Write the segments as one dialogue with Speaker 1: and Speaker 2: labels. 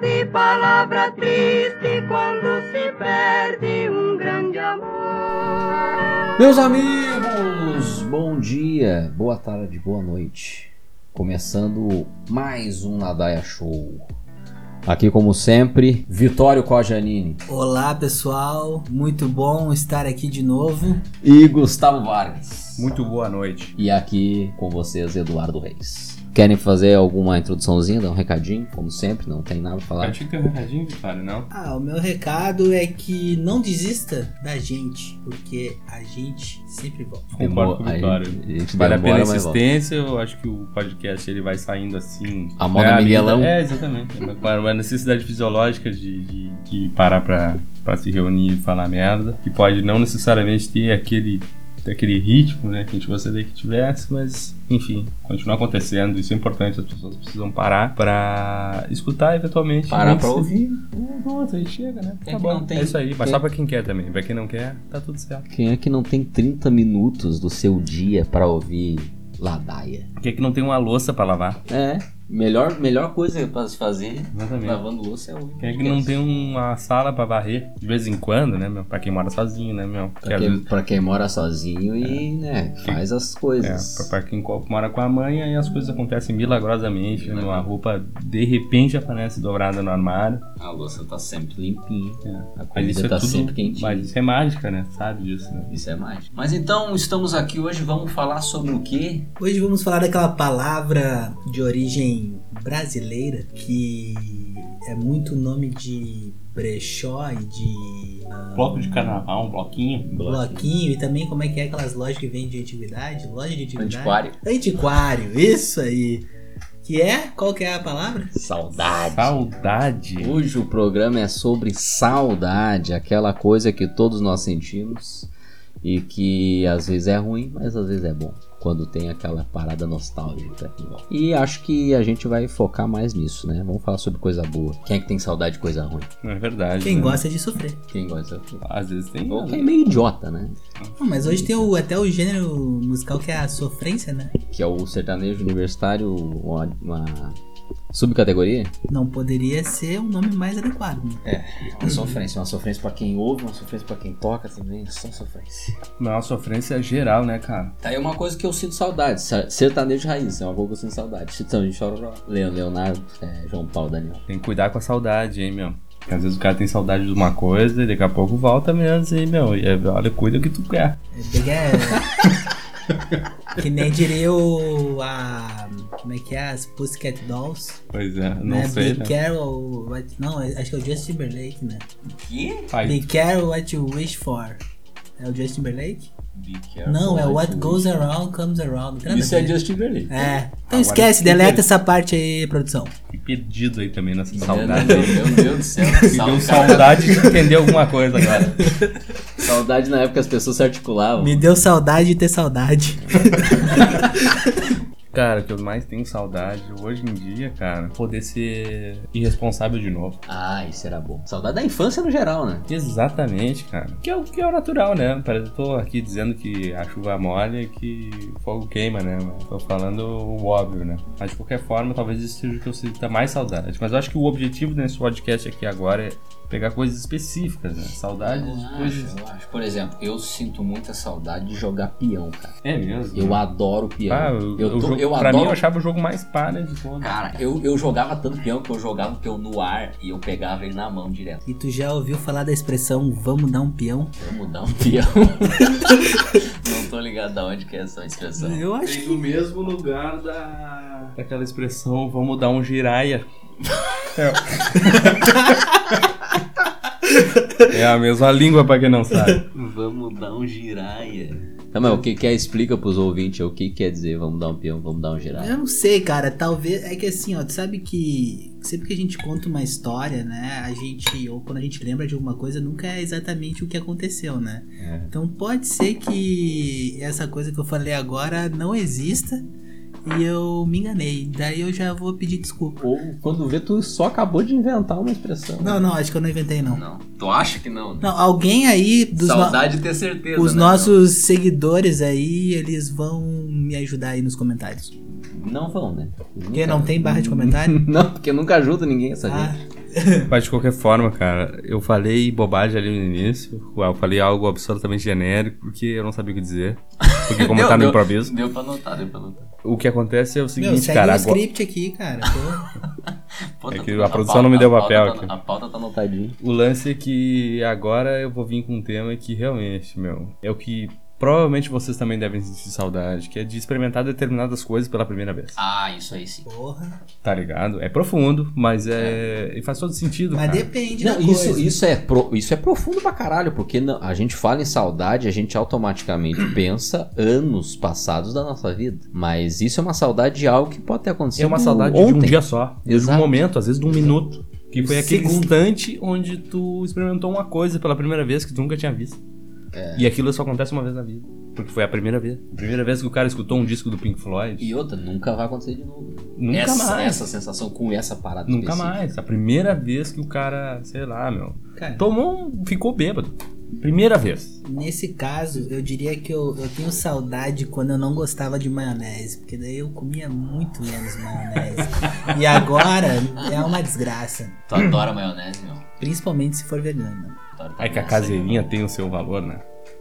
Speaker 1: de palavra triste quando se perde um grande amor.
Speaker 2: Meus amigos, bom dia, boa tarde, boa noite. Começando mais um Nadaia Show. Aqui, como sempre, Vitório Cojanini
Speaker 3: Olá pessoal, muito bom estar aqui de novo.
Speaker 2: e Gustavo Vargas.
Speaker 4: Muito boa noite.
Speaker 2: E aqui com vocês, Eduardo Reis. Querem fazer alguma introduçãozinha, dar um recadinho? Como sempre, não tem nada pra
Speaker 4: Eu
Speaker 2: falar.
Speaker 4: tinha que ter um recadinho, Vitório, não?
Speaker 3: Ah, o meu recado é que não desista da gente, porque a gente sempre volta.
Speaker 4: Concordo com o
Speaker 2: Demo-
Speaker 4: Vitório.
Speaker 2: a gente- a gente
Speaker 4: Vale a
Speaker 2: demora,
Speaker 4: pena a
Speaker 2: mas volta.
Speaker 4: insistência, eu acho que o podcast ele vai saindo assim.
Speaker 2: A moda Miguelão.
Speaker 4: vida- É, exatamente. É uma- Uma necessidade fisiológica de, de, de parar pra, pra se reunir e falar merda. Que pode não necessariamente ter aquele, aquele ritmo, né, que a gente gostaria que tivesse, mas enfim, continua acontecendo. Isso é importante, as pessoas precisam parar pra escutar eventualmente.
Speaker 2: Parar
Speaker 4: Nem que
Speaker 2: pra
Speaker 4: se-
Speaker 2: ouvir.
Speaker 4: Hum, Pronto, aí chega, né?
Speaker 3: Quem
Speaker 4: tá
Speaker 3: que
Speaker 4: bom.
Speaker 3: não tem-
Speaker 4: é isso aí,
Speaker 2: quem-
Speaker 4: mas só pra quem quer também. Pra quem não quer, tá tudo certo.
Speaker 2: Quem é que não tem 30 minutos do seu dia pra ouvir ladaia?
Speaker 4: Por é que, que não tem uma louça pra lavar?
Speaker 2: É, melhor, melhor coisa pra se fazer
Speaker 4: Exatamente.
Speaker 2: lavando louça é o.
Speaker 4: né? Quem é que não tem uma sala pra varrer de vez em quando, né, meu? Pra quem mora sozinho, né, meu? Porque
Speaker 2: Pra
Speaker 4: às
Speaker 2: quem,
Speaker 4: vezes-
Speaker 2: pra quem mora sozinho e, né, faz as
Speaker 4: é,
Speaker 2: coisas.
Speaker 4: pra- pra quem co- mora com a mãe, aí as coisas acontecem milagrosamente, né? meu? A roupa de repente aparece dobrada no armário.
Speaker 2: A louça tá sempre limpinha, a
Speaker 4: Mas
Speaker 2: comida
Speaker 4: isso é
Speaker 2: tá
Speaker 4: tudo.
Speaker 2: sempre quentinha.
Speaker 4: Mas isso é mágica, né? Sabe disso, né?
Speaker 2: Isso é mágico. Mas então, estamos aqui hoje, vamos falar sobre o quê?
Speaker 3: Hoje vamos falar daquela palavra de origem brasileira que é muito nome de brechó e de
Speaker 4: Bloco de carnaval, um bloquinho.
Speaker 3: bloquinho e também como é que é aquelas lojas que vendem de antiguidade, loja de antiguidade.
Speaker 2: Antiquário.
Speaker 3: Antiquário, isso aí. Que é? Qual que é a palavra?
Speaker 2: Saudade.
Speaker 4: Saudade.
Speaker 2: Hoje o programa é sobre saudade, aquela coisa que todos nós sentimos e que às vezes é ruim, mas às vezes é bom, quando tem aquela parada nostálgica. em volta. E acho que a gente vai focar mais nisso, né? Vamos falar sobre coisa boa. Quem é que tem saudade de coisa ruim?
Speaker 4: Não é verdade.
Speaker 3: Quem
Speaker 4: né?
Speaker 3: gosta de sofrer.
Speaker 2: Quem gosta?
Speaker 4: Às vezes tem.
Speaker 2: Ou quem é meio idiota, né?
Speaker 3: Não, Ah, mas hoje tem o- até o gênero musical que é a sofrência, né?
Speaker 2: Que é o sertanejo universitário, uma, uma subcategoria.
Speaker 3: Não poderia ser um nome mais adequado. né?
Speaker 2: Uma sofrência, uma sofrência para quem ouve, uma sofrência para quem toca também, só sofrência.
Speaker 4: Mas é uma sofrência geral, né, cara?
Speaker 2: Tá aí uma coisa que eu sinto saudade, ser- sertanejo de raiz, é uma coisa que eu sinto saudade. Chitão de Chororó, Leon- Leonardo, é, João Paulo, Daniel.
Speaker 4: Tem que cuidar com a saudade, hein, meu. Porque às vezes o cara tem saudade de uma coisa e daqui a pouco volta mesmo, hein, meu. E é, olha, cuida o que tu quer.
Speaker 3: É bem que é- que nem diria o. A, como é que é? As Pussycat Dolls.
Speaker 4: Pois é, não
Speaker 3: né?
Speaker 4: sei,
Speaker 3: Be
Speaker 4: né?
Speaker 3: careful what- não, acho que é o Justin Timberlake, né?
Speaker 2: Que?
Speaker 4: Pai,
Speaker 3: Be careful what you wish for. É o Justin Timberlake?
Speaker 2: Be
Speaker 3: Não, é What Goes Around Comes Around. Não tem nada
Speaker 2: Isso
Speaker 3: a
Speaker 2: é
Speaker 3: ver.
Speaker 2: Justin Timberlake.
Speaker 3: É. Então
Speaker 4: Agora Tá
Speaker 3: esquece,
Speaker 4: fiquei
Speaker 3: deleta
Speaker 4: per-
Speaker 3: essa parte aí, produção.
Speaker 4: fiquei perdido aí também nessa
Speaker 2: Meu
Speaker 4: saudade.
Speaker 2: Deus, Meu Deus do céu.
Speaker 4: Me deu saudade de entender alguma coisa agora.
Speaker 2: Saudade na época que as pessoas se articulavam.
Speaker 3: Me deu saudade de ter saudade.
Speaker 4: Cara, o que eu mais tenho saudade hoje em dia, cara, é poder ser irresponsável de novo.
Speaker 2: Ah, isso era bom. Saudade da infância no geral, né?
Speaker 4: Exatamente, cara. Que é o que é o natural, né? Parece que eu tô aqui dizendo que a chuva molha e que o fogo queima, né? Mas tô falando o óbvio, né? Mas de qualquer forma, talvez isso seja o que eu sinta mais saudade. Mas eu acho que o objetivo desse podcast aqui agora é pegar coisas específicas, né? Saudades de coisas.
Speaker 2: Ah, eu acho. Por exemplo, eu sinto muita saudade de jogar peão, cara.
Speaker 4: É mesmo.
Speaker 2: Eu adoro peão.
Speaker 4: Ah,
Speaker 2: eu,
Speaker 4: eu,
Speaker 2: tô- eu
Speaker 4: pra mim, eu
Speaker 2: adoro
Speaker 4: achava o jogo mais para de todos.
Speaker 2: Cara, eu, eu jogava tanto peão que eu jogava o peão no ar e eu pegava ele na mão direto.
Speaker 3: E tu já ouviu falar da expressão vamos dar um peão?
Speaker 2: Vamos dar um peão. Não tô ligado da onde que é essa expressão.
Speaker 3: Eu acho
Speaker 4: Vem do mesmo lugar da... daquela expressão, vamos dar um giraia. É. é a mesma língua pra quem não sabe.
Speaker 2: Vamos dar um giraia. Não, mas o que que é? Explica pros ouvintes o que quer dizer vamos dar um peão, vamos dar um giraia.
Speaker 3: Eu não sei, cara. Talvez. É que assim, ó, tu sabe que sempre que a gente conta uma história, né? A gente, ou quando a gente lembra de alguma coisa, nunca é exatamente o que aconteceu, né?
Speaker 2: É.
Speaker 3: Então pode ser que essa coisa que eu falei agora não exista e eu me enganei. Daí eu já vou pedir desculpa.
Speaker 2: Ou quando vê, tu só acabou de inventar uma expressão.
Speaker 3: Não, não, acho que eu não inventei, não.
Speaker 2: Não. Tu acha que não? né?
Speaker 3: Não, alguém aí dos no-
Speaker 2: Saudade de ter certeza.
Speaker 3: Os
Speaker 2: né,
Speaker 3: nossos seguidores aí, eles vão me ajudar aí nos comentários.
Speaker 2: meu? Não vão, né?
Speaker 3: Porque não tem barra de comentário?
Speaker 2: Não, porque nunca ajuda ninguém essa
Speaker 3: Ah,
Speaker 2: gente.
Speaker 4: Mas de qualquer forma, cara, eu falei bobagem ali no início. Eu falei algo absolutamente genérico, porque eu não sabia o que dizer. Porque como tá no improviso.
Speaker 5: Deu pra notar, deu pra notar.
Speaker 4: O que acontece é o
Speaker 3: Meu,
Speaker 4: seguinte,
Speaker 3: segue
Speaker 4: cara.
Speaker 3: o
Speaker 4: agora-
Speaker 3: script aqui, cara. pô.
Speaker 5: Pô,
Speaker 4: É
Speaker 5: tá-
Speaker 4: que a produção não me
Speaker 5: pauta-
Speaker 4: deu
Speaker 5: a
Speaker 4: papel
Speaker 5: pauta tá-
Speaker 4: aqui.
Speaker 5: A pauta tá anotada.
Speaker 2: Tadinho.
Speaker 4: O lance é que agora eu vou vir com um tema que realmente, meu, é o que provavelmente vocês também devem sentir saudade, que é de experimentar determinadas coisas pela primeira vez.
Speaker 5: Ah, isso aí sim.
Speaker 3: Porra.
Speaker 4: Tá ligado? É profundo, mas é. E faz todo sentido.
Speaker 3: Mas
Speaker 4: cara.
Speaker 3: depende
Speaker 2: Não,
Speaker 3: da
Speaker 2: isso,
Speaker 3: coisa.
Speaker 2: isso, é pro- isso é profundo pra caralho, porque não- a gente fala em saudade, a gente automaticamente pensa anos passados da nossa vida. Mas isso é uma saudade de algo que pode ter acontecido
Speaker 4: É uma saudade
Speaker 2: ontem.
Speaker 4: de um dia só. De um
Speaker 2: Exato.
Speaker 4: momento, às vezes de um minuto. Que foi aquele
Speaker 3: Segundo.
Speaker 4: instante onde tu experimentou uma coisa pela primeira vez que tu nunca tinha visto.
Speaker 2: É.
Speaker 4: E aquilo só acontece uma vez na vida. Porque foi a primeira vez. Primeira vez que o cara escutou um disco do Pink Floyd.
Speaker 2: E outra, nunca vai acontecer de novo.
Speaker 4: Nunca
Speaker 2: essa,
Speaker 4: mais.
Speaker 2: essa sensação com essa parada
Speaker 4: Nunca
Speaker 2: específica.
Speaker 4: mais. A primeira vez que o cara, sei lá, meu.
Speaker 3: Cara,
Speaker 4: Tomou um. Ficou bêbado. Primeira vez.
Speaker 3: nesse caso, eu diria que eu, eu tenho saudade quando eu não gostava de maionese. Porque daí eu comia muito menos maionese. e agora é uma desgraça.
Speaker 5: Tu adora maionese, meu.
Speaker 3: Principalmente se for vegana.
Speaker 5: Tu adora
Speaker 4: É que a
Speaker 5: maionese,
Speaker 4: caseirinha
Speaker 5: meu.
Speaker 4: tem o seu valor, né?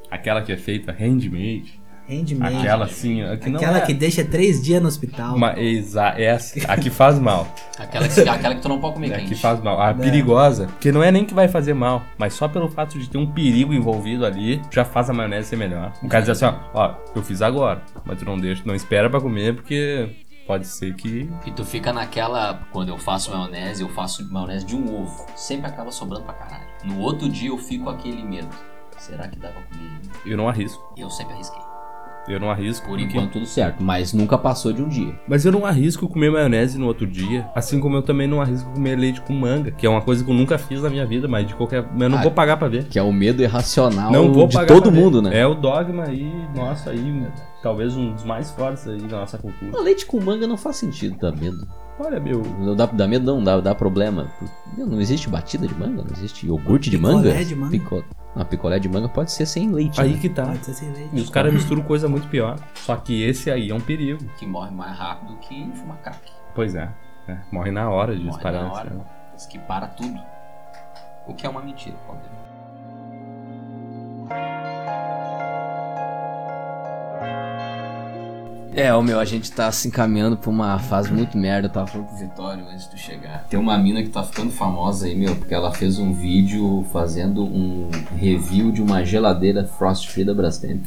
Speaker 4: Aquela que é feita handmade.
Speaker 3: Handmade.
Speaker 4: Aquela assim, ó, que não
Speaker 3: Aquela
Speaker 4: é-
Speaker 3: que deixa três dias no hospital.
Speaker 4: Uma, exa, é essa, a que faz mal.
Speaker 5: Aquela que, aquela que tu não pode comer
Speaker 4: É
Speaker 5: quente.
Speaker 4: que faz mal. A
Speaker 3: Não.
Speaker 4: perigosa, que não é nem que vai fazer mal, mas só pelo fato de ter um perigo envolvido ali, já faz a maionese ser melhor. O cara diz assim, ó, ó, eu fiz agora, mas tu não deixa, não espera pra comer, porque pode ser que.
Speaker 5: E tu fica naquela. Quando eu faço maionese, eu faço maionese de um ovo. Sempre acaba sobrando pra caralho. No outro dia eu fico com aquele medo. Será que dá pra comer?
Speaker 4: Eu não arrisco.
Speaker 5: Eu sempre arrisquei.
Speaker 4: Eu não arrisco.
Speaker 5: Por
Speaker 4: porque-
Speaker 5: enquanto.
Speaker 2: Tudo certo, mas nunca passou de um dia.
Speaker 4: Mas eu não arrisco comer maionese no outro dia. Assim como eu também não arrisco comer leite com manga, que é uma coisa que eu nunca fiz na minha vida, mas de qualquer. Mas eu não
Speaker 2: Ah,
Speaker 4: vou pagar pra ver.
Speaker 2: Que é o medo irracional
Speaker 4: não vou
Speaker 2: de
Speaker 4: pagar
Speaker 2: todo
Speaker 4: pra ver.
Speaker 2: mundo, né?
Speaker 4: É o dogma aí, nossa, aí, talvez um dos mais fortes aí da nossa cultura.
Speaker 2: Não, Ah, leite com manga não faz sentido, dá medo.
Speaker 4: Olha, meu.
Speaker 2: Não dá, dá medo não, dá, dá problema. Meu, Não existe batida de manga, não existe iogurte de manga.
Speaker 3: Picolé de manga.
Speaker 2: Picolé. Não, picolé de manga pode ser sem leite.
Speaker 4: Aí
Speaker 2: né?
Speaker 4: que tá.
Speaker 3: Pode ser cerveja.
Speaker 4: E os caras misturam coisa muito pior. Só que esse aí é um perigo.
Speaker 5: Que morre mais rápido que fumar crack.
Speaker 4: Pois é. né? Morre na hora de
Speaker 5: Morre
Speaker 4: espalhar.
Speaker 5: na hora. Diz
Speaker 4: esse-
Speaker 5: que para tudo. O que é uma mentira, obviamente.
Speaker 2: É, o meu, a gente tá se encaminhando pra uma fase muito merda. Eu tava falando pro Vitor.
Speaker 5: Vitório, antes de tu chegar. Tem uma mina que tá ficando famosa aí, meu, porque ela fez um vídeo fazendo um
Speaker 2: Review de uma geladeira frost free da Brastemp.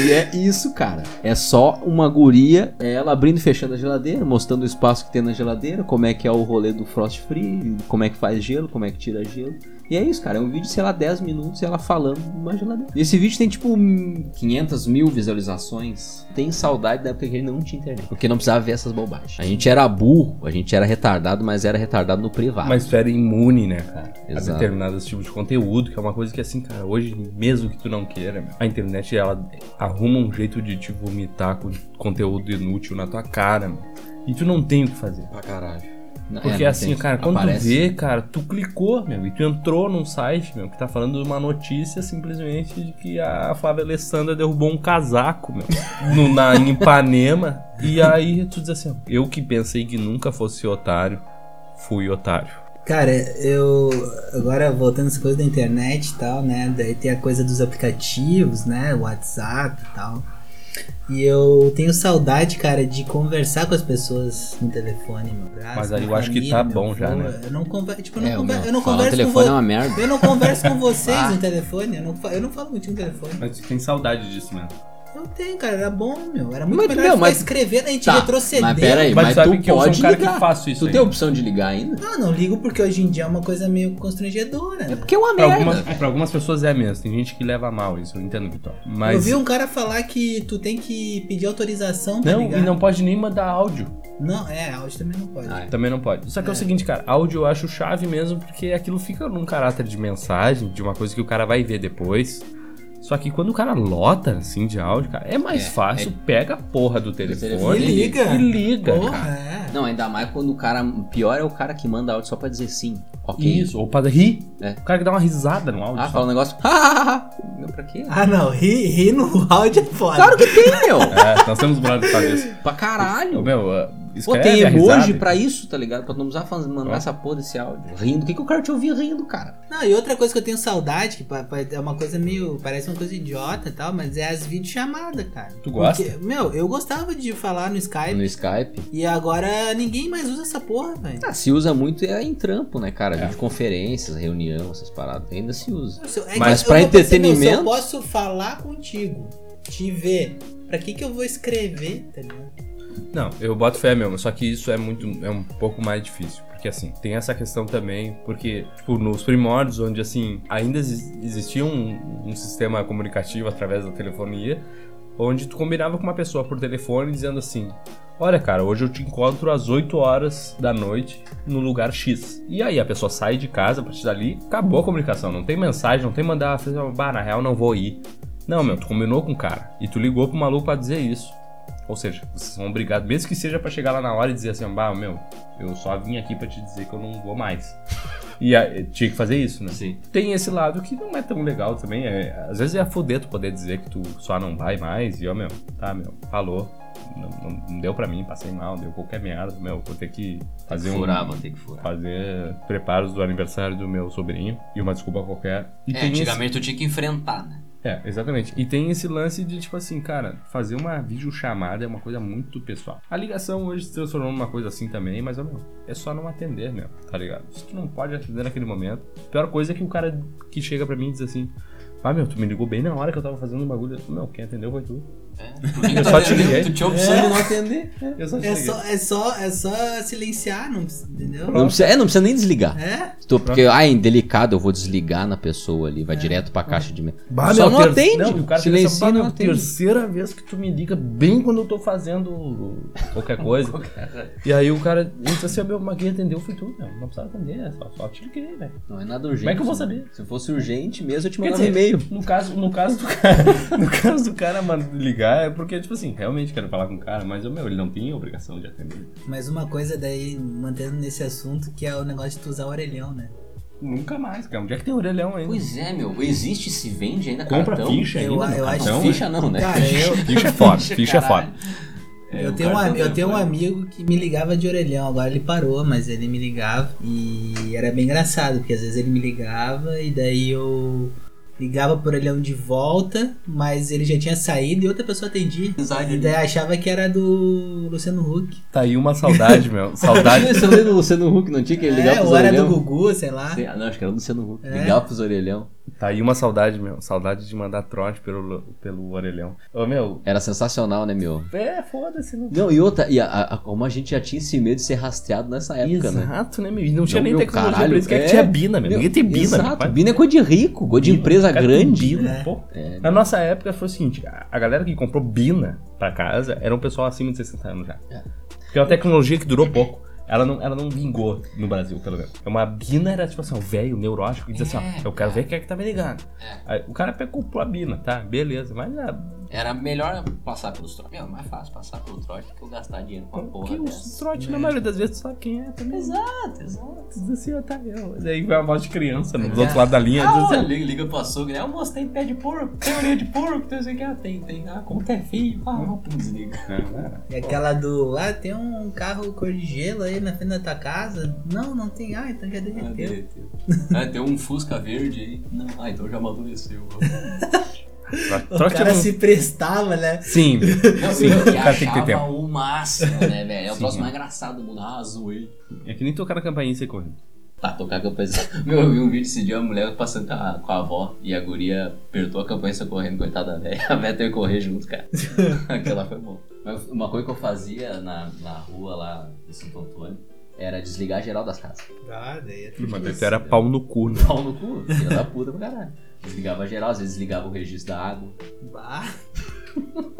Speaker 2: e é isso, cara. É só uma guria, é ela abrindo e fechando a geladeira, mostrando o espaço que tem na geladeira, como é que é o rolê do frost free, como é que faz gelo, como é que tira gelo. E é isso, cara. É um vídeo, sei lá, 10 minutos e ela falando de uma geladeira. E esse vídeo tem tipo hum, 500 mil visualizações. Tem saudade da época que a gente não tinha internet. Porque não precisava ver essas bobagens. A gente era burro, a gente era retardado, mas era retardado no privado.
Speaker 4: Mas tu era imune, né, cara? A
Speaker 2: Exato.
Speaker 4: determinados tipos de conteúdo, que é uma coisa que, assim, cara, hoje, mesmo que tu não queira, meu, a internet, ela arruma um jeito de te vomitar com conteúdo inútil na tua cara, meu. E tu não tem o que fazer.
Speaker 2: Pra caralho. É,
Speaker 4: Porque assim, cara, quando tu vê, cara, tu clicou, meu, e tu entrou num site, meu, que tá falando de uma notícia simplesmente de que a Flávia Alessandra derrubou um casaco, meu, no, na, em Ipanema. E aí tu diz assim, ó, eu que pensei que nunca fosse otário, fui otário.
Speaker 3: Cara, eu. Agora voltando essa coisa da internet e tal, né? Daí tem a coisa dos aplicativos, né? WhatsApp e tal. E eu tenho saudade, cara, de conversar com as pessoas no telefone, meu braço.
Speaker 4: Mas aí
Speaker 3: minha
Speaker 4: eu acho que
Speaker 3: família,
Speaker 4: tá
Speaker 3: meu
Speaker 4: bom já,
Speaker 3: avô.
Speaker 4: né?
Speaker 3: Eu não, conver... tipo, eu não,
Speaker 2: É,
Speaker 3: conver-
Speaker 2: meu,
Speaker 3: eu não
Speaker 2: falar no
Speaker 3: converso com
Speaker 2: telefone é
Speaker 3: vocês.
Speaker 2: uma merda.
Speaker 3: Eu não converso com vocês
Speaker 2: Ah.
Speaker 3: no telefone, eu não, fa- eu não falo muito no telefone.
Speaker 4: Mas tu tem saudade disso mesmo.
Speaker 3: Eu tenho, cara, era bom, meu. Era muito
Speaker 2: Mas,
Speaker 3: melhor
Speaker 2: meu,
Speaker 3: ficar
Speaker 2: mas-
Speaker 3: escrevendo, a gente
Speaker 2: Tá,
Speaker 3: retroceder.
Speaker 2: mas pera aí,
Speaker 4: Mas
Speaker 2: mas,
Speaker 4: sabe
Speaker 2: tu
Speaker 4: que eu sou um
Speaker 2: pode
Speaker 4: cara que
Speaker 2: ligar.
Speaker 4: faço isso
Speaker 2: Tu
Speaker 4: aí.
Speaker 2: tem a opção de ligar ainda?
Speaker 3: Ah, Não, não ligo porque hoje em dia é uma coisa meio constrangedora. né?
Speaker 2: Porque é uma
Speaker 4: Pra
Speaker 2: merda.
Speaker 4: algumas, pra algumas pessoas é mesmo, tem gente que leva a mal isso, eu entendo, Vitor.
Speaker 3: Eu
Speaker 4: Mas...
Speaker 3: vi um cara falar que tu tem que pedir autorização pra
Speaker 4: Não,
Speaker 3: ligar.
Speaker 4: e não pode nem mandar áudio.
Speaker 3: Não, é, áudio também não pode.
Speaker 2: Ah,
Speaker 4: Também não pode. Só que é, o seguinte, cara, áudio eu acho chave mesmo, porque aquilo fica num caráter de mensagem, de uma coisa que o cara vai ver depois. Só que quando o cara lota, assim, de áudio, cara, é mais
Speaker 2: É,
Speaker 4: fácil, pega a porra do telefone
Speaker 2: telefone
Speaker 3: e liga.
Speaker 4: e liga.
Speaker 3: Porra,
Speaker 4: cara.
Speaker 3: é.
Speaker 2: Não, ainda mais quando o cara. Pior é o cara que manda áudio só pra dizer sim. Ok.
Speaker 4: Isso, ou pra rir.
Speaker 2: É.
Speaker 4: O cara que dá uma risada no áudio.
Speaker 2: Ah,
Speaker 4: só.
Speaker 2: fala um negócio. "Ah, ah, ah, ah." Meu, pra quê?
Speaker 3: Ah, não, ri, ri no áudio é foda.
Speaker 2: Claro que tem, meu!
Speaker 4: É, nós temos brother de cabeça.
Speaker 2: pra
Speaker 4: Ô,
Speaker 2: caralho!
Speaker 4: meu, ah,
Speaker 2: Pô,
Speaker 4: escreve
Speaker 2: tem
Speaker 4: a
Speaker 2: emoji
Speaker 4: risada.
Speaker 2: pra isso, tá ligado? Pra não precisar faz- mandar
Speaker 4: Ó.
Speaker 2: essa porra desse áudio. Rindo. O que, que eu quero te ouvir rindo, cara?
Speaker 3: Não, e outra coisa que eu tenho saudade, que pa- pa- é uma coisa meio. parece uma coisa idiota e tal, mas é as videochamadas, cara.
Speaker 4: Tu gosta?
Speaker 3: Porque, meu, eu gostava de falar no Skype
Speaker 2: No Skype.
Speaker 3: e agora ninguém mais usa essa porra, velho.
Speaker 2: Ah, se usa muito é em trampo, né, cara?
Speaker 4: É.
Speaker 2: Videoconferências, reunião, essas paradas. Ainda se usa.
Speaker 3: Se eu- é que
Speaker 2: Mas
Speaker 3: eu
Speaker 2: pra
Speaker 3: tô pensando, meu,
Speaker 2: entretenimento-
Speaker 3: se eu posso falar contigo, te ver, pra que que eu vou escrever, tá ligado?
Speaker 4: Não, eu boto fé mesmo, só que isso é muito é um pouco mais difícil, porque assim, tem essa questão também, porque tipo, nos primórdios onde assim, ainda exi- existia um, um sistema comunicativo através da telefonia, onde tu combinava com uma pessoa por telefone dizendo assim: "Olha, cara, hoje eu te encontro às 8 horas da noite no lugar X". E aí a pessoa sai de casa, a partir dali, acabou a comunicação, não tem mensagem, não tem mandar, fazer, bah, na real não vou ir. Não, meu, tu combinou com o cara e tu ligou pro maluco pra dizer isso. Ou seja, vocês são obrigados, mesmo que seja pra chegar lá na hora e dizer assim, bah, meu, eu só vim aqui pra te dizer que eu não vou mais. E a- tinha que fazer isso, né?
Speaker 5: Sim.
Speaker 4: Tem esse lado que não é tão legal também. é- às vezes é foder tu poder dizer que tu só não vai mais e, ó, meu, tá, meu, falou. Não, não- não deu pra mim, passei mal, deu qualquer merda, meu, vou ter que fazer um.
Speaker 5: Furar, vão ter que furar.
Speaker 4: Fazer preparos do aniversário do meu sobrinho e uma desculpa qualquer. E
Speaker 5: É,
Speaker 4: tem esse-
Speaker 5: antigamente eu tinha que enfrentar, né?
Speaker 4: é, exatamente. E tem esse lance de, tipo assim, cara, fazer uma videochamada é uma coisa muito pessoal. A ligação hoje se transformou numa coisa assim também, mas, ó, meu, é só não atender mesmo, tá ligado? Se tu não pode atender naquele momento, a pior coisa é que o cara que chega pra mim e diz assim, ah, meu, tu me ligou bem na hora que eu tava fazendo um bagulho. Meu, quem atendeu foi tu.
Speaker 5: É. Tu tinha que
Speaker 4: Eu só
Speaker 5: tá
Speaker 4: te
Speaker 5: atendendo,
Speaker 4: liguei.
Speaker 5: tu tinha a opção de não
Speaker 2: atender. É.
Speaker 4: Eu só
Speaker 3: É só, é só, é só silenciar, não precisa, entendeu?
Speaker 2: Não precisa, é, não precisa nem desligar.
Speaker 3: É?
Speaker 2: Tô- porque, ai, indelicado, eu vou desligar na pessoa ali, vai direto pra caixa de. me- Só não atende.
Speaker 4: Não, e o cara
Speaker 2: Silencia,
Speaker 4: Silencia,
Speaker 2: não
Speaker 4: não
Speaker 2: atende."
Speaker 4: Terceira vez que tu me liga bem quando eu tô fazendo qualquer coisa. e aí o cara disse assim, meu, mas quem atendeu foi tu, meu. Não precisava atender, é só, só te liguei, velho.
Speaker 2: Não é nada urgente.
Speaker 4: Como é que eu vou
Speaker 2: né?
Speaker 4: saber?
Speaker 2: Se fosse urgente mesmo, eu te
Speaker 4: Quer
Speaker 2: mandava um
Speaker 4: dizer,
Speaker 2: e-mail.
Speaker 4: No caso, no caso do cara, no caso do cara mano, ligar, é porque, tipo assim, realmente quero falar com o cara, mas, meu, ele não tem obrigação de atender.
Speaker 3: Mas uma coisa daí, mantendo nesse assunto, que é o negócio de tu usar orelhão, né?
Speaker 4: Nunca mais, cara. Onde é que tem orelhão ainda?
Speaker 5: Pois é, meu. Existe, se vende
Speaker 2: é,
Speaker 5: ainda
Speaker 4: Compra
Speaker 5: cartão?
Speaker 4: ficha
Speaker 3: Eu-
Speaker 4: ainda?
Speaker 3: eu
Speaker 4: no
Speaker 3: acho
Speaker 4: cartão,
Speaker 3: que
Speaker 2: Ficha não, né?
Speaker 3: Cara, eu,
Speaker 4: é? Ficha é foda, ficha é foda.
Speaker 5: É,
Speaker 3: eu,
Speaker 5: o
Speaker 3: tenho um,
Speaker 5: cartão
Speaker 3: ami- eu
Speaker 5: mesmo,
Speaker 2: é
Speaker 3: tenho um
Speaker 5: né?
Speaker 3: amigo que me ligava de orelhão, agora ele parou, mas ele me ligava e era bem engraçado, porque às vezes ele me ligava e daí eu ligava por orelhão de volta, mas ele já tinha saído e outra pessoa atendia.
Speaker 5: Design
Speaker 3: E
Speaker 5: ali.
Speaker 3: daí
Speaker 2: né?
Speaker 3: achava que era do Luciano Huck.
Speaker 4: Tá aí uma saudade, meu. Saudade.
Speaker 2: Esse eu lembro do Luciano Huck, não tinha que ligar
Speaker 3: É,
Speaker 2: pros
Speaker 3: ou era do
Speaker 2: orelhão.
Speaker 3: Gugu, sei lá.
Speaker 2: Sei- ah, não, acho que era do Luciano Huck.
Speaker 3: É.
Speaker 2: Ligar pros orelhão.
Speaker 4: Tá aí uma saudade, meu. Saudade de mandar trote pelo, pelo orelhão. Ô, meu.
Speaker 2: Era sensacional, né, meu?
Speaker 4: É, foda-se, não.
Speaker 2: Não, e outra, e a- a- como a gente já tinha esse medo de ser rastreado nessa época, né?
Speaker 4: Exato, né, meu? E não tinha
Speaker 2: Não,
Speaker 4: nem
Speaker 2: meu,
Speaker 4: tecnologia
Speaker 2: caralho,
Speaker 4: pra isso. que é
Speaker 2: é.
Speaker 4: que tinha Bina, meu?
Speaker 2: Meu,
Speaker 4: Ninguém tem Bina, meu.
Speaker 2: Exato,
Speaker 4: Vai-
Speaker 2: Bina é coisa de rico, coisa de empresa
Speaker 4: cara,
Speaker 2: grande.
Speaker 4: Bina,
Speaker 3: É.
Speaker 4: pô. Na nossa época foi o seguinte: a a galera que comprou Bina pra casa era um pessoal acima de 60 anos já.
Speaker 2: É.
Speaker 4: Porque é uma tecnologia que durou pouco. Ela não, ela não vingou no Brasil, pelo menos. Uma Bina era tipo assim, um velho neurótico que diz assim: ó,
Speaker 5: É,
Speaker 4: eu quero ver quem é que tá me ligando.
Speaker 5: É.
Speaker 4: Aí, o cara pegou comprou a Bina, tá? Beleza, mas ah,
Speaker 5: Era melhor passar pelos trotes. Meu, é mais fácil passar pelo trote do que eu gastar dinheiro com a porra
Speaker 4: Porque os
Speaker 5: dessa.
Speaker 4: trote, na
Speaker 3: É.
Speaker 4: maioria das vezes, tu sabe quem é também.
Speaker 5: Exato, exato.
Speaker 4: Diz assim, ó, tá eu. Daí vai a voz de criança, né? no outro lado da linha, diz
Speaker 5: Ah,
Speaker 4: assim,
Speaker 5: olha, liga, liga pro açougue, né? Eu mostrei pé de porco, tem orelha de porco, tem não sei o que, ah, tem, tem, ah, como é feio, ah, não, pum, desliga.
Speaker 3: É aquela do. Ah, tem um carro cor de gelo aí na frente da tua casa? Não, não tem. Ah, então já
Speaker 5: Ah,
Speaker 3: derreteu.
Speaker 5: derreteu. Ah, tem um fusca verde aí, não, ah, então já amadureceu.
Speaker 4: "Ah,
Speaker 3: O
Speaker 4: trote
Speaker 3: cara
Speaker 4: é um-
Speaker 3: se prestava, né?
Speaker 4: Sim,
Speaker 5: Não,
Speaker 4: Sim,
Speaker 5: eu
Speaker 4: o cara tem que ter
Speaker 5: achava
Speaker 4: tempo.
Speaker 5: o máximo, né, velho? É o
Speaker 4: Sim,
Speaker 5: troço
Speaker 4: é.
Speaker 5: mais engraçado do mundo, ah, zoei.
Speaker 4: é que nem tocar a campainha e você correndo.
Speaker 5: Tá, tocar a campanha. Meu, eu vi um vídeo esse dia, uma mulher passando com a, com a avó e a guria apertou a campanha correndo, coitada da velha. A velha teve que correr junto, cara. Aquela foi bom. Mas uma coisa que eu fazia na, na rua lá em Santo Antônio era desligar geral das casas.
Speaker 3: Ah, daí é
Speaker 4: Mas daí tu era pau no cu, né?
Speaker 5: Pau no cu, filha da puta pra caralho. Desligava geral, às vezes desligava o registro da água.
Speaker 3: bah.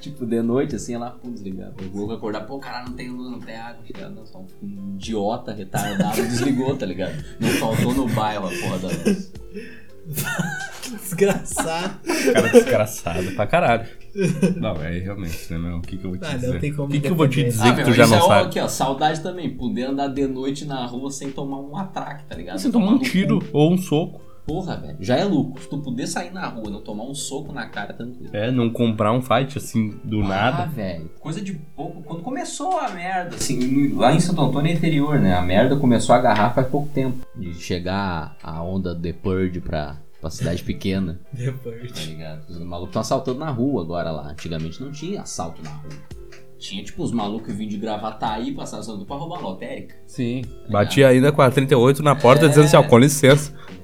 Speaker 5: Tipo, de noite, assim, ela pum, desligava. O Google acordar, pô, caralho, não tem luz, não tem água. Chegava, não, só um idiota retardado desligou, tá ligado? Não faltou no bairro a porra da luz.
Speaker 3: Desgraçado.
Speaker 4: Cara desgraçado pra caralho. Não, é realmente, né, meu? O que, que eu vou te
Speaker 3: Ah, não
Speaker 4: dizer?
Speaker 3: tem como
Speaker 4: o que, que eu vou te
Speaker 3: defender.
Speaker 4: dizer
Speaker 5: Ah,
Speaker 4: que
Speaker 5: meu,
Speaker 4: tu já
Speaker 5: isso
Speaker 4: não
Speaker 5: é ó,
Speaker 4: sabe?
Speaker 5: aqui, ó, saudade também. Poder andar de noite na rua sem tomar um atraque, tá ligado?
Speaker 4: Você tomou um
Speaker 5: no
Speaker 4: tiro
Speaker 5: cu.
Speaker 4: ou um soco.
Speaker 5: Porra, velho, já é lucro. Se tu puder sair na rua, não tomar um soco na cara, tranquilo.
Speaker 4: É, não comprar um fight assim do
Speaker 5: Ah,
Speaker 4: nada.
Speaker 5: velho. Coisa de pouco. Quando começou a merda, assim, no- lá em Santo Antônio é interior, né? A merda começou a agarrar faz pouco tempo.
Speaker 2: De chegar a onda The Purge pra, pra cidade pequena,
Speaker 3: Depois.
Speaker 2: tá ligado? Os malucos estão assaltando na rua agora lá. Antigamente não tinha assalto na rua.
Speaker 5: Tinha, tipo, os malucos que vinham de gravataí aí, passaram Santo Antônio pra roubar lotérica.
Speaker 4: Sim. Bati ainda com a 38 na porta dizendo assim, ó, com licença.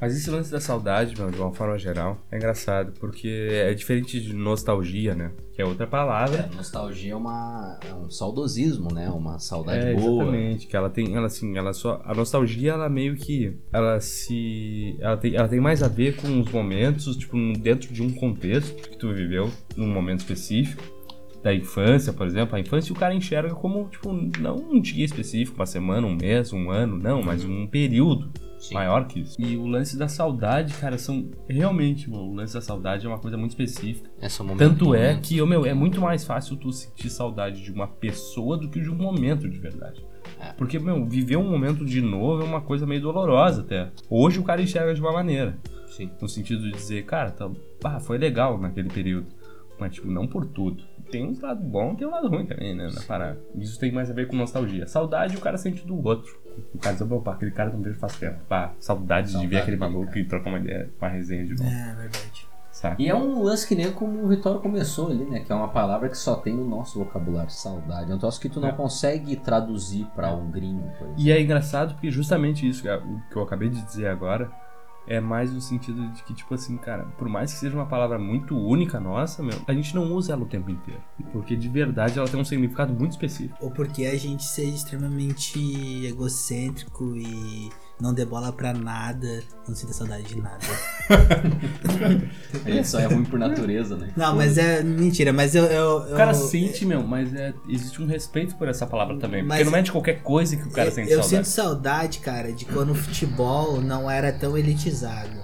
Speaker 4: Mas esse lance da saudade, mano, de uma forma geral, é engraçado, porque é diferente de nostalgia, né? Que é outra palavra.
Speaker 2: É, nostalgia é, uma, é um saudosismo, né? Uma saudade
Speaker 4: É,
Speaker 2: boa.
Speaker 4: exatamente, que ela tem, ela assim, ela só, a nostalgia ela meio que, ela se, ela tem, ela tem mais a ver com os momentos, tipo, num- dentro de um contexto que tu viveu, num momento específico, da infância, por exemplo, a infância o cara enxerga como, tipo, não um dia específico, uma semana, um mês, um ano, não, mas um período.
Speaker 5: Sim.
Speaker 4: Maior que isso. E o lance da saudade, cara, são. Realmente, mano, o lance da saudade é uma coisa muito específica.
Speaker 2: É só um momento-
Speaker 4: Tanto é
Speaker 2: momento.
Speaker 4: que, ô, meu, é muito mais fácil tu sentir saudade de uma pessoa do que de um momento de verdade.
Speaker 2: É.
Speaker 4: Porque, meu, viver um momento de novo é uma coisa meio dolorosa até. Hoje o cara enxerga de uma maneira.
Speaker 2: Sim.
Speaker 4: No sentido de dizer, cara, tá, ah, foi legal naquele período. Mas, tipo, não por tudo. Tem um lado bom, tem um lado ruim também, né? Na parada. Isso tem mais a ver com nostalgia. Saudade o cara sente do outro. O cara diz, opa, aquele cara não vejo faz tempo. Pá, saudade, de
Speaker 5: Saudade,
Speaker 4: ver aquele maluco e trocar uma ideia, uma resenha de novo.
Speaker 3: É, verdade.
Speaker 4: Saca?
Speaker 2: E é um lance que nem como o Vitório começou ali, né? Que é uma palavra que só tem no nosso vocabulário, saudade. É um troço que tu não
Speaker 4: É.
Speaker 2: consegue traduzir pra um gringo, por exemplo.
Speaker 4: E é engraçado porque justamente isso, cara, o que eu acabei de dizer agora, é mais no sentido de que, tipo assim, cara, por mais que seja uma palavra muito única nossa, meu, a gente não usa ela o tempo inteiro. Porque de verdade ela tem um significado muito específico.
Speaker 3: Ou porque a gente seja extremamente egocêntrico e não dê bola pra nada, não sinta saudade de nada.
Speaker 5: A gente só é ruim por natureza, né?
Speaker 3: Não, mas é mentira, mas eu. eu, eu
Speaker 4: O cara sente, meu, mas é, existe um respeito por essa palavra também. Porque
Speaker 3: Mas-
Speaker 4: não é de qualquer coisa que o cara
Speaker 3: eu,
Speaker 4: sente
Speaker 3: eu sinto
Speaker 4: saudade.
Speaker 3: saudade, cara, de quando o futebol não era tão elitizado.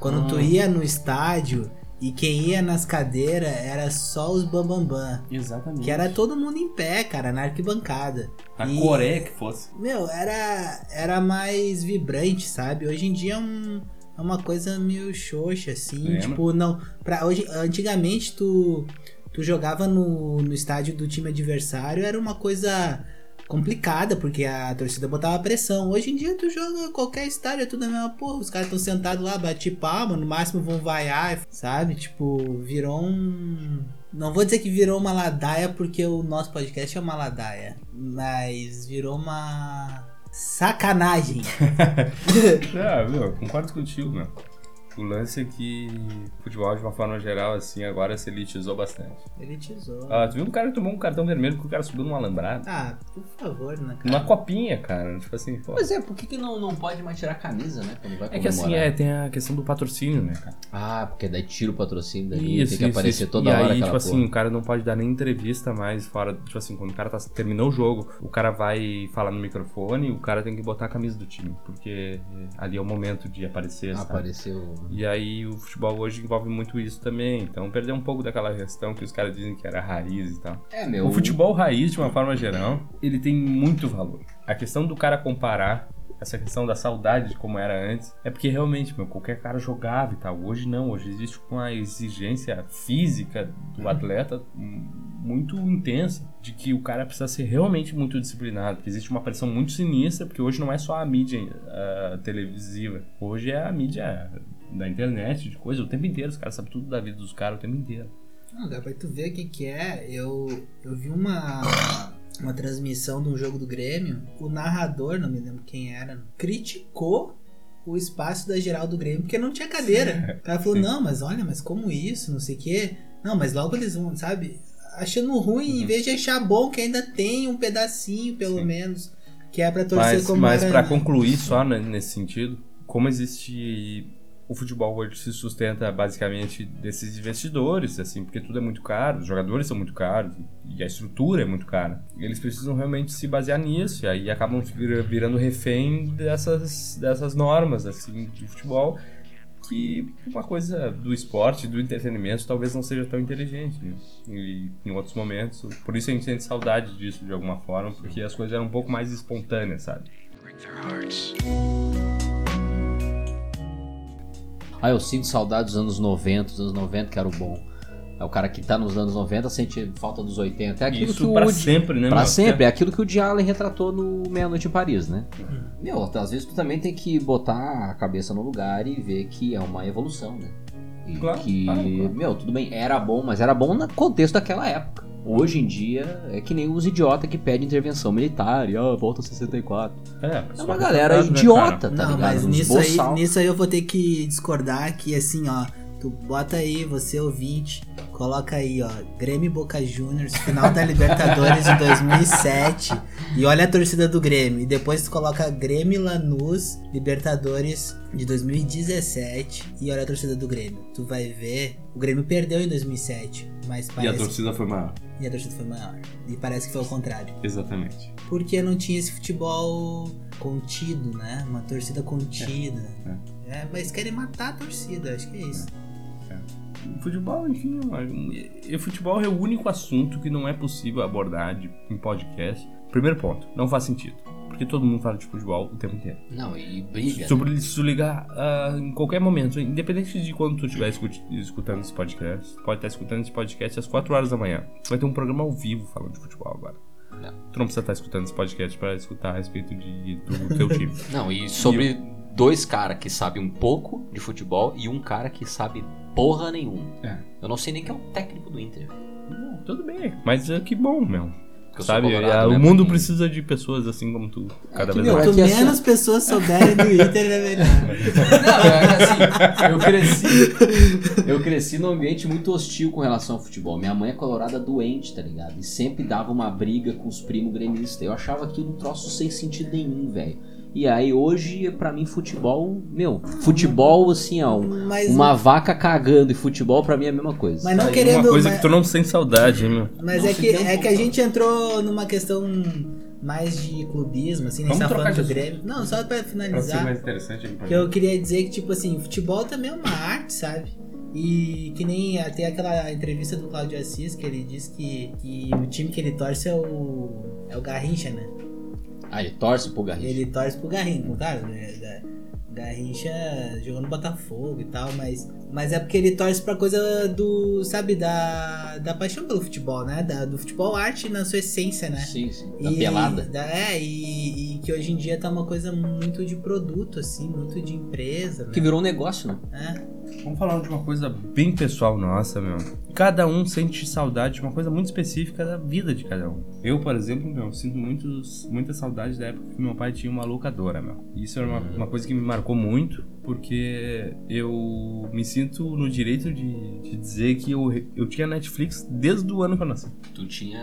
Speaker 3: Quando tu
Speaker 4: Hum.
Speaker 3: ia no estádio e quem ia nas cadeiras era só os bambambam.
Speaker 4: Exatamente.
Speaker 3: Que era todo mundo em pé, cara, na arquibancada.
Speaker 4: A
Speaker 3: E-
Speaker 4: Coreia que fosse.
Speaker 3: Meu, era, era mais vibrante, sabe? Hoje em dia é, um- é uma coisa meio xoxa, assim.
Speaker 4: Lembra?
Speaker 3: Tipo, não. Pra hoje, antigamente, tu, tu jogava no, no estádio do time adversário, era uma coisa complicada, porque a torcida botava pressão. Hoje em dia, tu joga qualquer estádio, é tudo a mesma porra. Os caras estão sentados lá, bate palma, no máximo vão vaiar, sabe? Tipo, virou um. Não vou dizer que virou uma ladaia, porque o nosso podcast é uma ladaia. Mas virou uma. Sacanagem.
Speaker 4: É, meu, eu concordo contigo, meu. O lance é que o futebol, de uma forma geral, assim, agora se elitizou bastante.
Speaker 3: Ele te zoou.
Speaker 4: Ah, tu viu um cara que tomou um cartão vermelho porque o cara subiu num alambrado?
Speaker 3: Ah, por favor, né, cara?
Speaker 4: Uma copinha, cara. Tipo assim, pô.
Speaker 5: Pois é, por que, que não, não pode mais tirar a camisa, né? Quando vai
Speaker 4: É que assim,
Speaker 5: comemorar?
Speaker 4: é, tem a questão do patrocínio, né, cara?
Speaker 2: Ah, porque daí tira o patrocínio dali, tem que aparecer
Speaker 4: isso.
Speaker 2: toda
Speaker 4: e
Speaker 2: hora
Speaker 4: aí,
Speaker 2: aquela
Speaker 4: tipo
Speaker 2: porra.
Speaker 4: assim, o cara não pode dar nem entrevista mais fora. Tipo assim, quando o cara tá, terminou o jogo, o cara vai falar no microfone, o cara tem que botar a camisa do time, porque ali é o momento de aparecer, sabe?
Speaker 2: Apareceu.
Speaker 4: E aí o futebol hoje envolve muito isso também. Então perdeu um pouco daquela questão que os caras dizem que era raiz e tal.
Speaker 5: É, meu.
Speaker 4: O futebol raiz, de uma forma geral, ele tem muito valor. A questão do cara comparar, essa questão da saudade de como era antes, é porque realmente, meu, qualquer cara jogava e tal. Hoje não, hoje existe uma exigência física do atleta hum, muito intensa, de que o cara precisa ser realmente muito disciplinado, que existe uma pressão muito sinistra, porque hoje não é só a mídia ah, televisiva, hoje é a mídia da internet, de coisa, o tempo inteiro, os caras sabem tudo da vida dos caras o tempo inteiro.
Speaker 3: Não, dá pra tu ver o que que é. Eu, eu vi uma, uma transmissão de um jogo do Grêmio. O narrador, não me lembro quem era, criticou o espaço da geral do Grêmio, porque não tinha cadeira. O cara falou,
Speaker 4: Sim.
Speaker 3: não, mas olha, mas como isso, não sei o quê. Não, mas logo eles vão, sabe? Achando ruim, em vez de achar bom que ainda tem um pedacinho, pelo
Speaker 4: Uhum. Sim.
Speaker 3: menos, que é pra torcer
Speaker 4: Mas,
Speaker 3: como
Speaker 4: mas
Speaker 3: era
Speaker 4: para
Speaker 3: na-
Speaker 4: concluir só né, nesse sentido, como existe o futebol hoje se sustenta basicamente desses investidores, assim, porque tudo é muito caro, os jogadores são muito caros e a estrutura é muito cara. E eles precisam realmente se basear nisso e aí acabam vir- virando refém dessas, dessas normas assim de futebol que uma coisa do esporte, do entretenimento, talvez não seja tão inteligente. né? E em outros momentos, por isso a gente sente saudade disso de alguma forma, porque as coisas eram um pouco mais espontâneas, sabe?
Speaker 2: Ah, eu sinto saudade dos anos 90, dos anos 90 que era o bom. É o cara que tá nos anos 90 sente falta dos 80. É aquilo que
Speaker 4: isso
Speaker 2: o
Speaker 4: pra
Speaker 2: Woody-
Speaker 4: sempre, né?
Speaker 2: Pra
Speaker 4: meu?
Speaker 2: sempre, é aquilo que o Woody Allen retratou no Meia Noite em Paris, né? Meu, às vezes tu também tem que botar a cabeça no lugar e ver que é uma evolução, né? E
Speaker 4: Claro,
Speaker 2: que,
Speaker 4: claro, claro.
Speaker 2: meu, tudo bem, era bom, mas era bom no contexto daquela época. Hoje em dia é que nem os idiotas que pedem intervenção militar e, ó, volta 64.
Speaker 4: É,
Speaker 2: É
Speaker 4: só
Speaker 2: uma
Speaker 4: pra
Speaker 2: galera
Speaker 4: saudade, né, cara?
Speaker 2: idiota, tá
Speaker 3: Não,
Speaker 2: ligado?
Speaker 3: mas
Speaker 2: Os
Speaker 3: nisso aí,
Speaker 2: boçal.
Speaker 3: nisso aí eu vou ter que discordar que assim, ó. Tu bota aí, você ouvinte, coloca aí, ó, Grêmio e Boca Juniors, final da Libertadores de 2007, e olha a torcida do Grêmio. E depois tu coloca Grêmio e Lanús, Libertadores de 2017, e olha a torcida do Grêmio. Tu vai ver, o Grêmio perdeu em 2007, mas
Speaker 4: E a
Speaker 3: parece
Speaker 4: torcida foi maior.
Speaker 3: e a torcida foi maior. E parece que foi ao contrário
Speaker 4: Exatamente.
Speaker 3: porque não tinha esse futebol contido, né? Uma torcida contida. É, mas querem matar a torcida, acho que é isso.
Speaker 4: O Futebol, enfim, é uma- um- e futebol é o único assunto que não é possível abordar de- em podcast. Primeiro ponto, não faz sentido. Porque todo mundo fala de futebol o tempo inteiro.
Speaker 5: Não, e briga.
Speaker 4: Sobre se tu ligar ah, em qualquer momento, independente de quando tu estiver escut- escutando esse podcast, tu pode estar escutando esse podcast às 4 horas da manhã. Vai ter um programa ao vivo falando de futebol agora. Tu não precisa estar escutando esse podcast para escutar a respeito de, do teu time.
Speaker 5: Não, e sobre dois caras que sabem um pouco de futebol e um cara que sabe porra nenhuma.
Speaker 4: É.
Speaker 5: Eu não sei nem quem é o técnico do Inter.
Speaker 4: Não, tudo bem, mas ah, que bom, meu.
Speaker 5: porque eu sou
Speaker 4: Sabe,
Speaker 5: colorado,
Speaker 4: ah,
Speaker 5: né,
Speaker 4: o mundo
Speaker 5: porque-
Speaker 4: precisa de pessoas assim como tu, cada
Speaker 2: que,
Speaker 4: vez
Speaker 2: meu,
Speaker 4: mais.
Speaker 2: é
Speaker 3: Quanto
Speaker 2: que essa-
Speaker 3: menos pessoas souberem do Inter, é melhor.
Speaker 5: Não, é assim, eu cresci. Eu cresci num ambiente muito hostil com relação ao futebol. Minha mãe é colorada doente, tá ligado? E sempre dava uma briga com os primos gremistas. Eu achava aquilo um troço sem sentido nenhum, velho. E aí hoje, pra mim, futebol, meu, futebol assim, ó, um-
Speaker 3: Mas,
Speaker 2: uma vaca cagando e futebol pra mim é a mesma coisa.
Speaker 3: mas não
Speaker 4: Aí,
Speaker 3: querendo.
Speaker 4: Uma coisa
Speaker 3: mas
Speaker 4: que tu não sente saudade, hein, meu?
Speaker 3: mas
Speaker 5: não
Speaker 3: é,
Speaker 5: se
Speaker 3: que,
Speaker 5: deu
Speaker 3: é
Speaker 5: um
Speaker 3: que a
Speaker 5: pouco.
Speaker 3: gente entrou numa questão mais de clubismo, assim, nem
Speaker 4: Vamos
Speaker 3: só
Speaker 4: trocar
Speaker 3: falando
Speaker 4: de
Speaker 3: do
Speaker 4: assunto.
Speaker 3: Grêmio. Não, só pra finalizar.
Speaker 4: interessante,
Speaker 3: Que eu queria dizer que, tipo assim, futebol também é uma arte, sabe? E que nem até aquela entrevista do Claudio Assis, que ele diz que, que o time que ele torce é o, é o Garrincha, né?
Speaker 2: Ah, ele torce pro Garrincha.
Speaker 3: Ele torce pro Garrincha, no caso, né? Ga- Garrincha jogou no Botafogo e tal, mas, mas é porque ele torce pra coisa do, sabe, da, da paixão pelo futebol, né? Da- do futebol arte na sua essência, né?
Speaker 5: Sim, sim. Da pelada.
Speaker 3: da- é, e, e que hoje em dia tá uma coisa muito de produto, assim, muito de empresa, né?
Speaker 2: Que virou um negócio, né?
Speaker 3: É.
Speaker 4: Vamos falar de uma coisa bem pessoal nossa, meu. Cada um sente saudade de uma coisa muito específica da vida de cada um. Eu, por exemplo, meu, sinto muitos, muita saudade da época que meu pai tinha uma locadora, meu. Isso era uma,
Speaker 5: Uhum.
Speaker 4: uma coisa que me marcou muito, porque eu me sinto no direito de, de dizer que eu, re- eu tinha Netflix desde o ano que eu nasci.
Speaker 5: Tu tinha.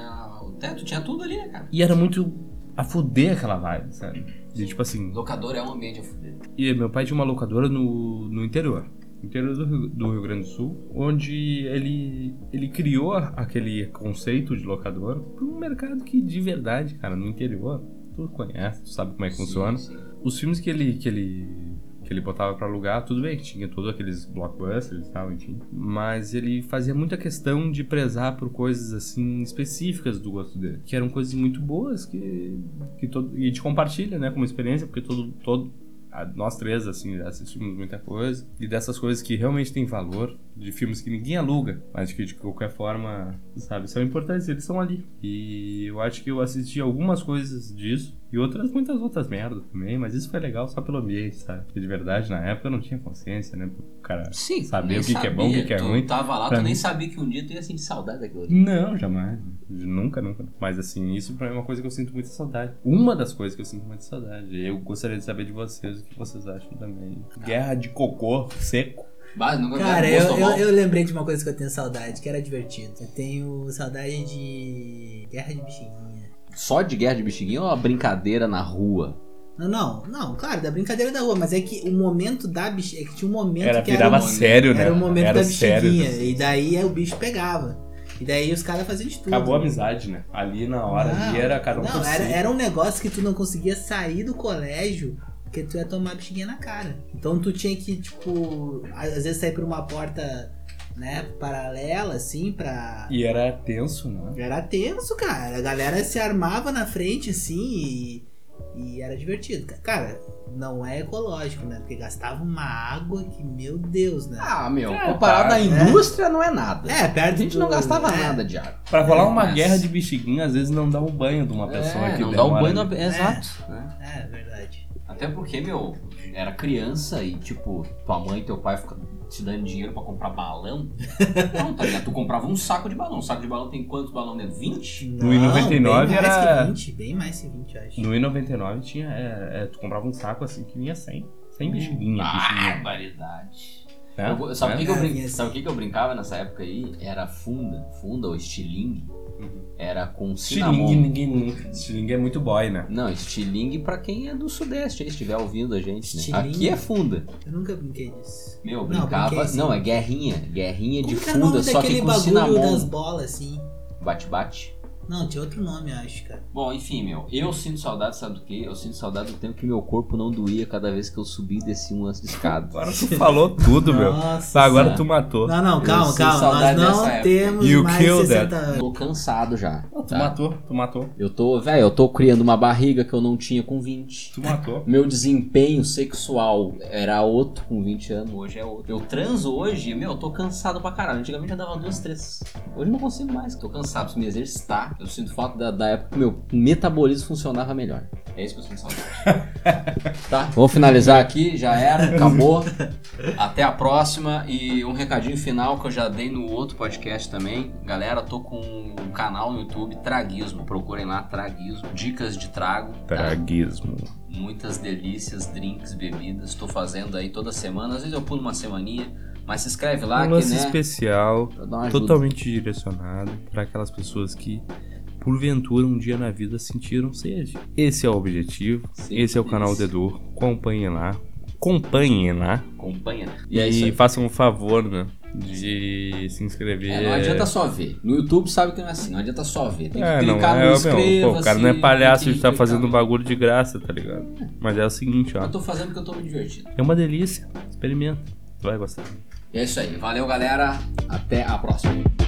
Speaker 5: Até tu tinha tudo ali, né, cara?
Speaker 4: E era muito a fuder aquela vibe, sabe? De, tipo assim,
Speaker 5: Locador é um ambiente a fuder.
Speaker 4: E meu pai tinha uma locadora no, no interior. Interior do Rio, do Rio Grande do Sul, onde ele, ele criou a- aquele conceito de locadora para um mercado que de verdade, cara, no interior, tu conhece, tu sabe como é que funciona.
Speaker 5: Sim, sim.
Speaker 4: Os filmes que ele, que ele, que ele botava para alugar, tudo bem, tinha todos aqueles blockbusters e tal, enfim. Mas ele fazia muita questão de prezar por coisas assim específicas do gosto dele, que eram coisas muito boas que, que todo, e a gente compartilha, né, como experiência, porque todo, todo, a- nós três, assim, já assistimos muita coisa. E dessas coisas que realmente têm valor, de filmes que ninguém aluga, mas que de qualquer forma, sabe, são importantes, eles são ali. E eu acho que eu assisti algumas coisas disso e outras, muitas outras merdas também, mas isso foi legal só pelo ambiente, sabe? Porque de verdade, na época eu não tinha consciência, né? O cara.
Speaker 5: Sim,
Speaker 4: Saber
Speaker 5: nem
Speaker 4: o que que é bom, o que que é
Speaker 5: tu
Speaker 4: ruim,
Speaker 5: tava lá,
Speaker 4: pra
Speaker 5: tu nem
Speaker 4: mim.
Speaker 5: sabia que um dia tu ia sentir saudade daquilo ali.
Speaker 4: Não, jamais. Nunca, nunca. Mas assim, isso pra mim é uma coisa que eu sinto muita saudade. Uma das coisas que eu sinto muita saudade. Eu gostaria de saber de vocês o que vocês acham também. Guerra de cocô seco.
Speaker 5: Mas nunca
Speaker 3: Cara,
Speaker 5: gosto
Speaker 3: eu, eu,
Speaker 5: mal.
Speaker 3: eu lembrei de uma coisa que eu tenho saudade, que era divertido. Eu tenho saudade de. Guerra de bexiguinha.
Speaker 2: um Só de guerra de bexiguinha ou uma brincadeira na rua?
Speaker 3: Não, não, não, claro, da brincadeira da rua, mas é que o momento da bexiguinha. É que tinha um momento
Speaker 4: Era,
Speaker 3: que
Speaker 4: virava
Speaker 3: era, o,
Speaker 4: sério, né?
Speaker 3: era o momento
Speaker 4: Era
Speaker 3: da
Speaker 4: sério.
Speaker 3: bexiguinha. E daí é, o bicho pegava. E daí os caras faziam de tudo.
Speaker 4: Acabou a amizade, né? Ali na hora,
Speaker 3: Não,
Speaker 4: ali era cada um
Speaker 3: Não,
Speaker 4: por
Speaker 3: era,
Speaker 4: si.
Speaker 3: era um negócio que tu não conseguia sair do colégio Porque tu ia tomar bexiguinha na cara. Então tu tinha que, tipo, às vezes sair por uma porta, né, paralela, assim, pra.
Speaker 4: E era tenso, né?
Speaker 3: Era tenso, cara. A galera se armava na frente, assim, e, e era divertido. Ca- Cara, não é ecológico, né? Porque gastava uma água que, meu Deus, né?
Speaker 6: Ah, meu,
Speaker 4: É,
Speaker 6: comparado à
Speaker 4: tá,
Speaker 6: indústria não é nada.
Speaker 3: é,
Speaker 6: A
Speaker 3: perto
Speaker 6: gente
Speaker 3: do-
Speaker 6: não gastava
Speaker 3: é,
Speaker 6: nada de água.
Speaker 4: Pra rolar uma
Speaker 6: Mas-
Speaker 4: guerra de bexiguinha, às vezes não dá o banho de uma pessoa
Speaker 6: É,
Speaker 4: que
Speaker 5: um
Speaker 6: não dá o
Speaker 4: demora né?
Speaker 6: banho,
Speaker 4: ali.
Speaker 6: na- exato. né?
Speaker 3: É, verdade.
Speaker 2: Até porque, meu, era criança e, tipo, tua mãe e teu pai ficam te dando dinheiro pra comprar balão. Não, tá ligado? Tu comprava um saco de balão. Um saco de balão tem quantos balão dentro? 20?
Speaker 3: Não,
Speaker 4: No I-99
Speaker 3: bem mais
Speaker 4: era-
Speaker 3: Que 20, bem mais que 20, eu acho.
Speaker 4: No I99 tinha. é, é, tu comprava um saco assim que vinha 100. 100 bexiguinha. bexiguinha.
Speaker 2: Barbaridade. Ah, Eu vou- sabe o que,
Speaker 4: né?
Speaker 2: que eu brin-
Speaker 3: É, é assim.
Speaker 2: sabe o que que eu brincava nessa época aí? Era funda, funda ou estilingue.
Speaker 4: Uhum.
Speaker 2: Era com
Speaker 4: Xilingue,
Speaker 3: né?
Speaker 2: cinnamon.
Speaker 4: ninguém nunca. Xilingue é muito boy, né?
Speaker 2: Não, estilingue pra quem é do sudeste, aí estiver ouvindo a gente. né?
Speaker 3: Estilingue?
Speaker 2: Aqui é funda.
Speaker 3: Eu nunca brinquei disso.
Speaker 2: Meu,
Speaker 3: Não,
Speaker 2: brincava.
Speaker 3: brinquei
Speaker 2: Não,
Speaker 3: sim.
Speaker 2: é guerrinha. Guerrinha de
Speaker 3: Como que era o
Speaker 2: funda,
Speaker 3: nome
Speaker 2: só que
Speaker 3: daquele
Speaker 2: com
Speaker 3: bagulho
Speaker 2: cinnamon.
Speaker 3: das bolas, assim?
Speaker 2: Bate-bate.
Speaker 3: Não, tinha outro nome, eu acho, cara.
Speaker 2: Bom, enfim, meu, eu sinto saudade, sabe do quê? Eu sinto saudade do tempo que meu corpo não doía cada vez que eu subia e descia um lance de escada.
Speaker 4: Agora tu falou tudo, meu.
Speaker 3: Nossa.
Speaker 4: Tá, agora
Speaker 2: Nossa.
Speaker 4: tu matou.
Speaker 3: Não, não,
Speaker 2: Eu
Speaker 3: calma,
Speaker 2: sinto
Speaker 3: calma. Nós
Speaker 2: saudade
Speaker 3: não
Speaker 2: dessa época.
Speaker 3: temos
Speaker 4: You
Speaker 3: mais
Speaker 4: killed
Speaker 3: 60 anos.
Speaker 2: Tô cansado já.
Speaker 4: Não, Ah, tu
Speaker 2: tá?
Speaker 4: matou, tu matou,
Speaker 6: Eu tô, velho, eu tô criando uma barriga que eu não tinha com 20.
Speaker 4: tu matou.
Speaker 6: Meu desempenho sexual era outro com 20 anos.
Speaker 2: Hoje é outro. Eu transo hoje, meu, eu tô cansado pra caralho. Antigamente eu dava duas, três. Hoje eu não consigo mais, tô cansado, preciso me exercitar.
Speaker 6: Eu sinto falta da, da época que meu metabolismo funcionava melhor.
Speaker 2: É isso que eu sinto saudade.
Speaker 6: Tá? Vamos finalizar aqui.
Speaker 2: Aqui já era, acabou. Até a próxima. E um recadinho final que eu já dei no outro podcast também. Galera, tô com um canal no YouTube, Traguismo. Procurem lá, Traguismo. Dicas de trago. tá?
Speaker 4: Traguismo.
Speaker 2: muitas delícias, drinks, bebidas. Estou fazendo aí toda semana. Às vezes eu pulo uma semaninha, mas se inscreve lá
Speaker 4: um
Speaker 2: que,
Speaker 4: lance
Speaker 2: né?
Speaker 4: especial,
Speaker 6: Pra dar uma ajuda.
Speaker 4: totalmente direcionado para aquelas pessoas que, porventura, um dia na vida sentiram sede. Esse é o objetivo,
Speaker 2: Sim,
Speaker 4: esse é o canal do
Speaker 2: isso.
Speaker 4: Edu. Acompanhem lá. Acompanhem lá.
Speaker 2: Acompanha. né?
Speaker 6: E é isso aí.
Speaker 4: façam um favor, né? De se inscrever.
Speaker 6: É, não adianta só ver. No YouTube sabe que não é assim. Não adianta só ver. Tem que
Speaker 4: É, não,
Speaker 6: clicar no
Speaker 4: é,
Speaker 6: inscreva-se.
Speaker 4: meu, pô, o cara não é palhaço
Speaker 2: assim, tem
Speaker 4: de
Speaker 2: que
Speaker 4: estar
Speaker 2: clicar
Speaker 4: fazendo
Speaker 2: no-
Speaker 4: um bagulho de graça, tá ligado? Mas é o seguinte, ó.
Speaker 2: Eu tô fazendo porque eu tô me divertindo.
Speaker 4: É uma delícia. Experimenta. Tu vai gostar.
Speaker 2: E é isso aí. Valeu, galera.
Speaker 6: Até a próxima.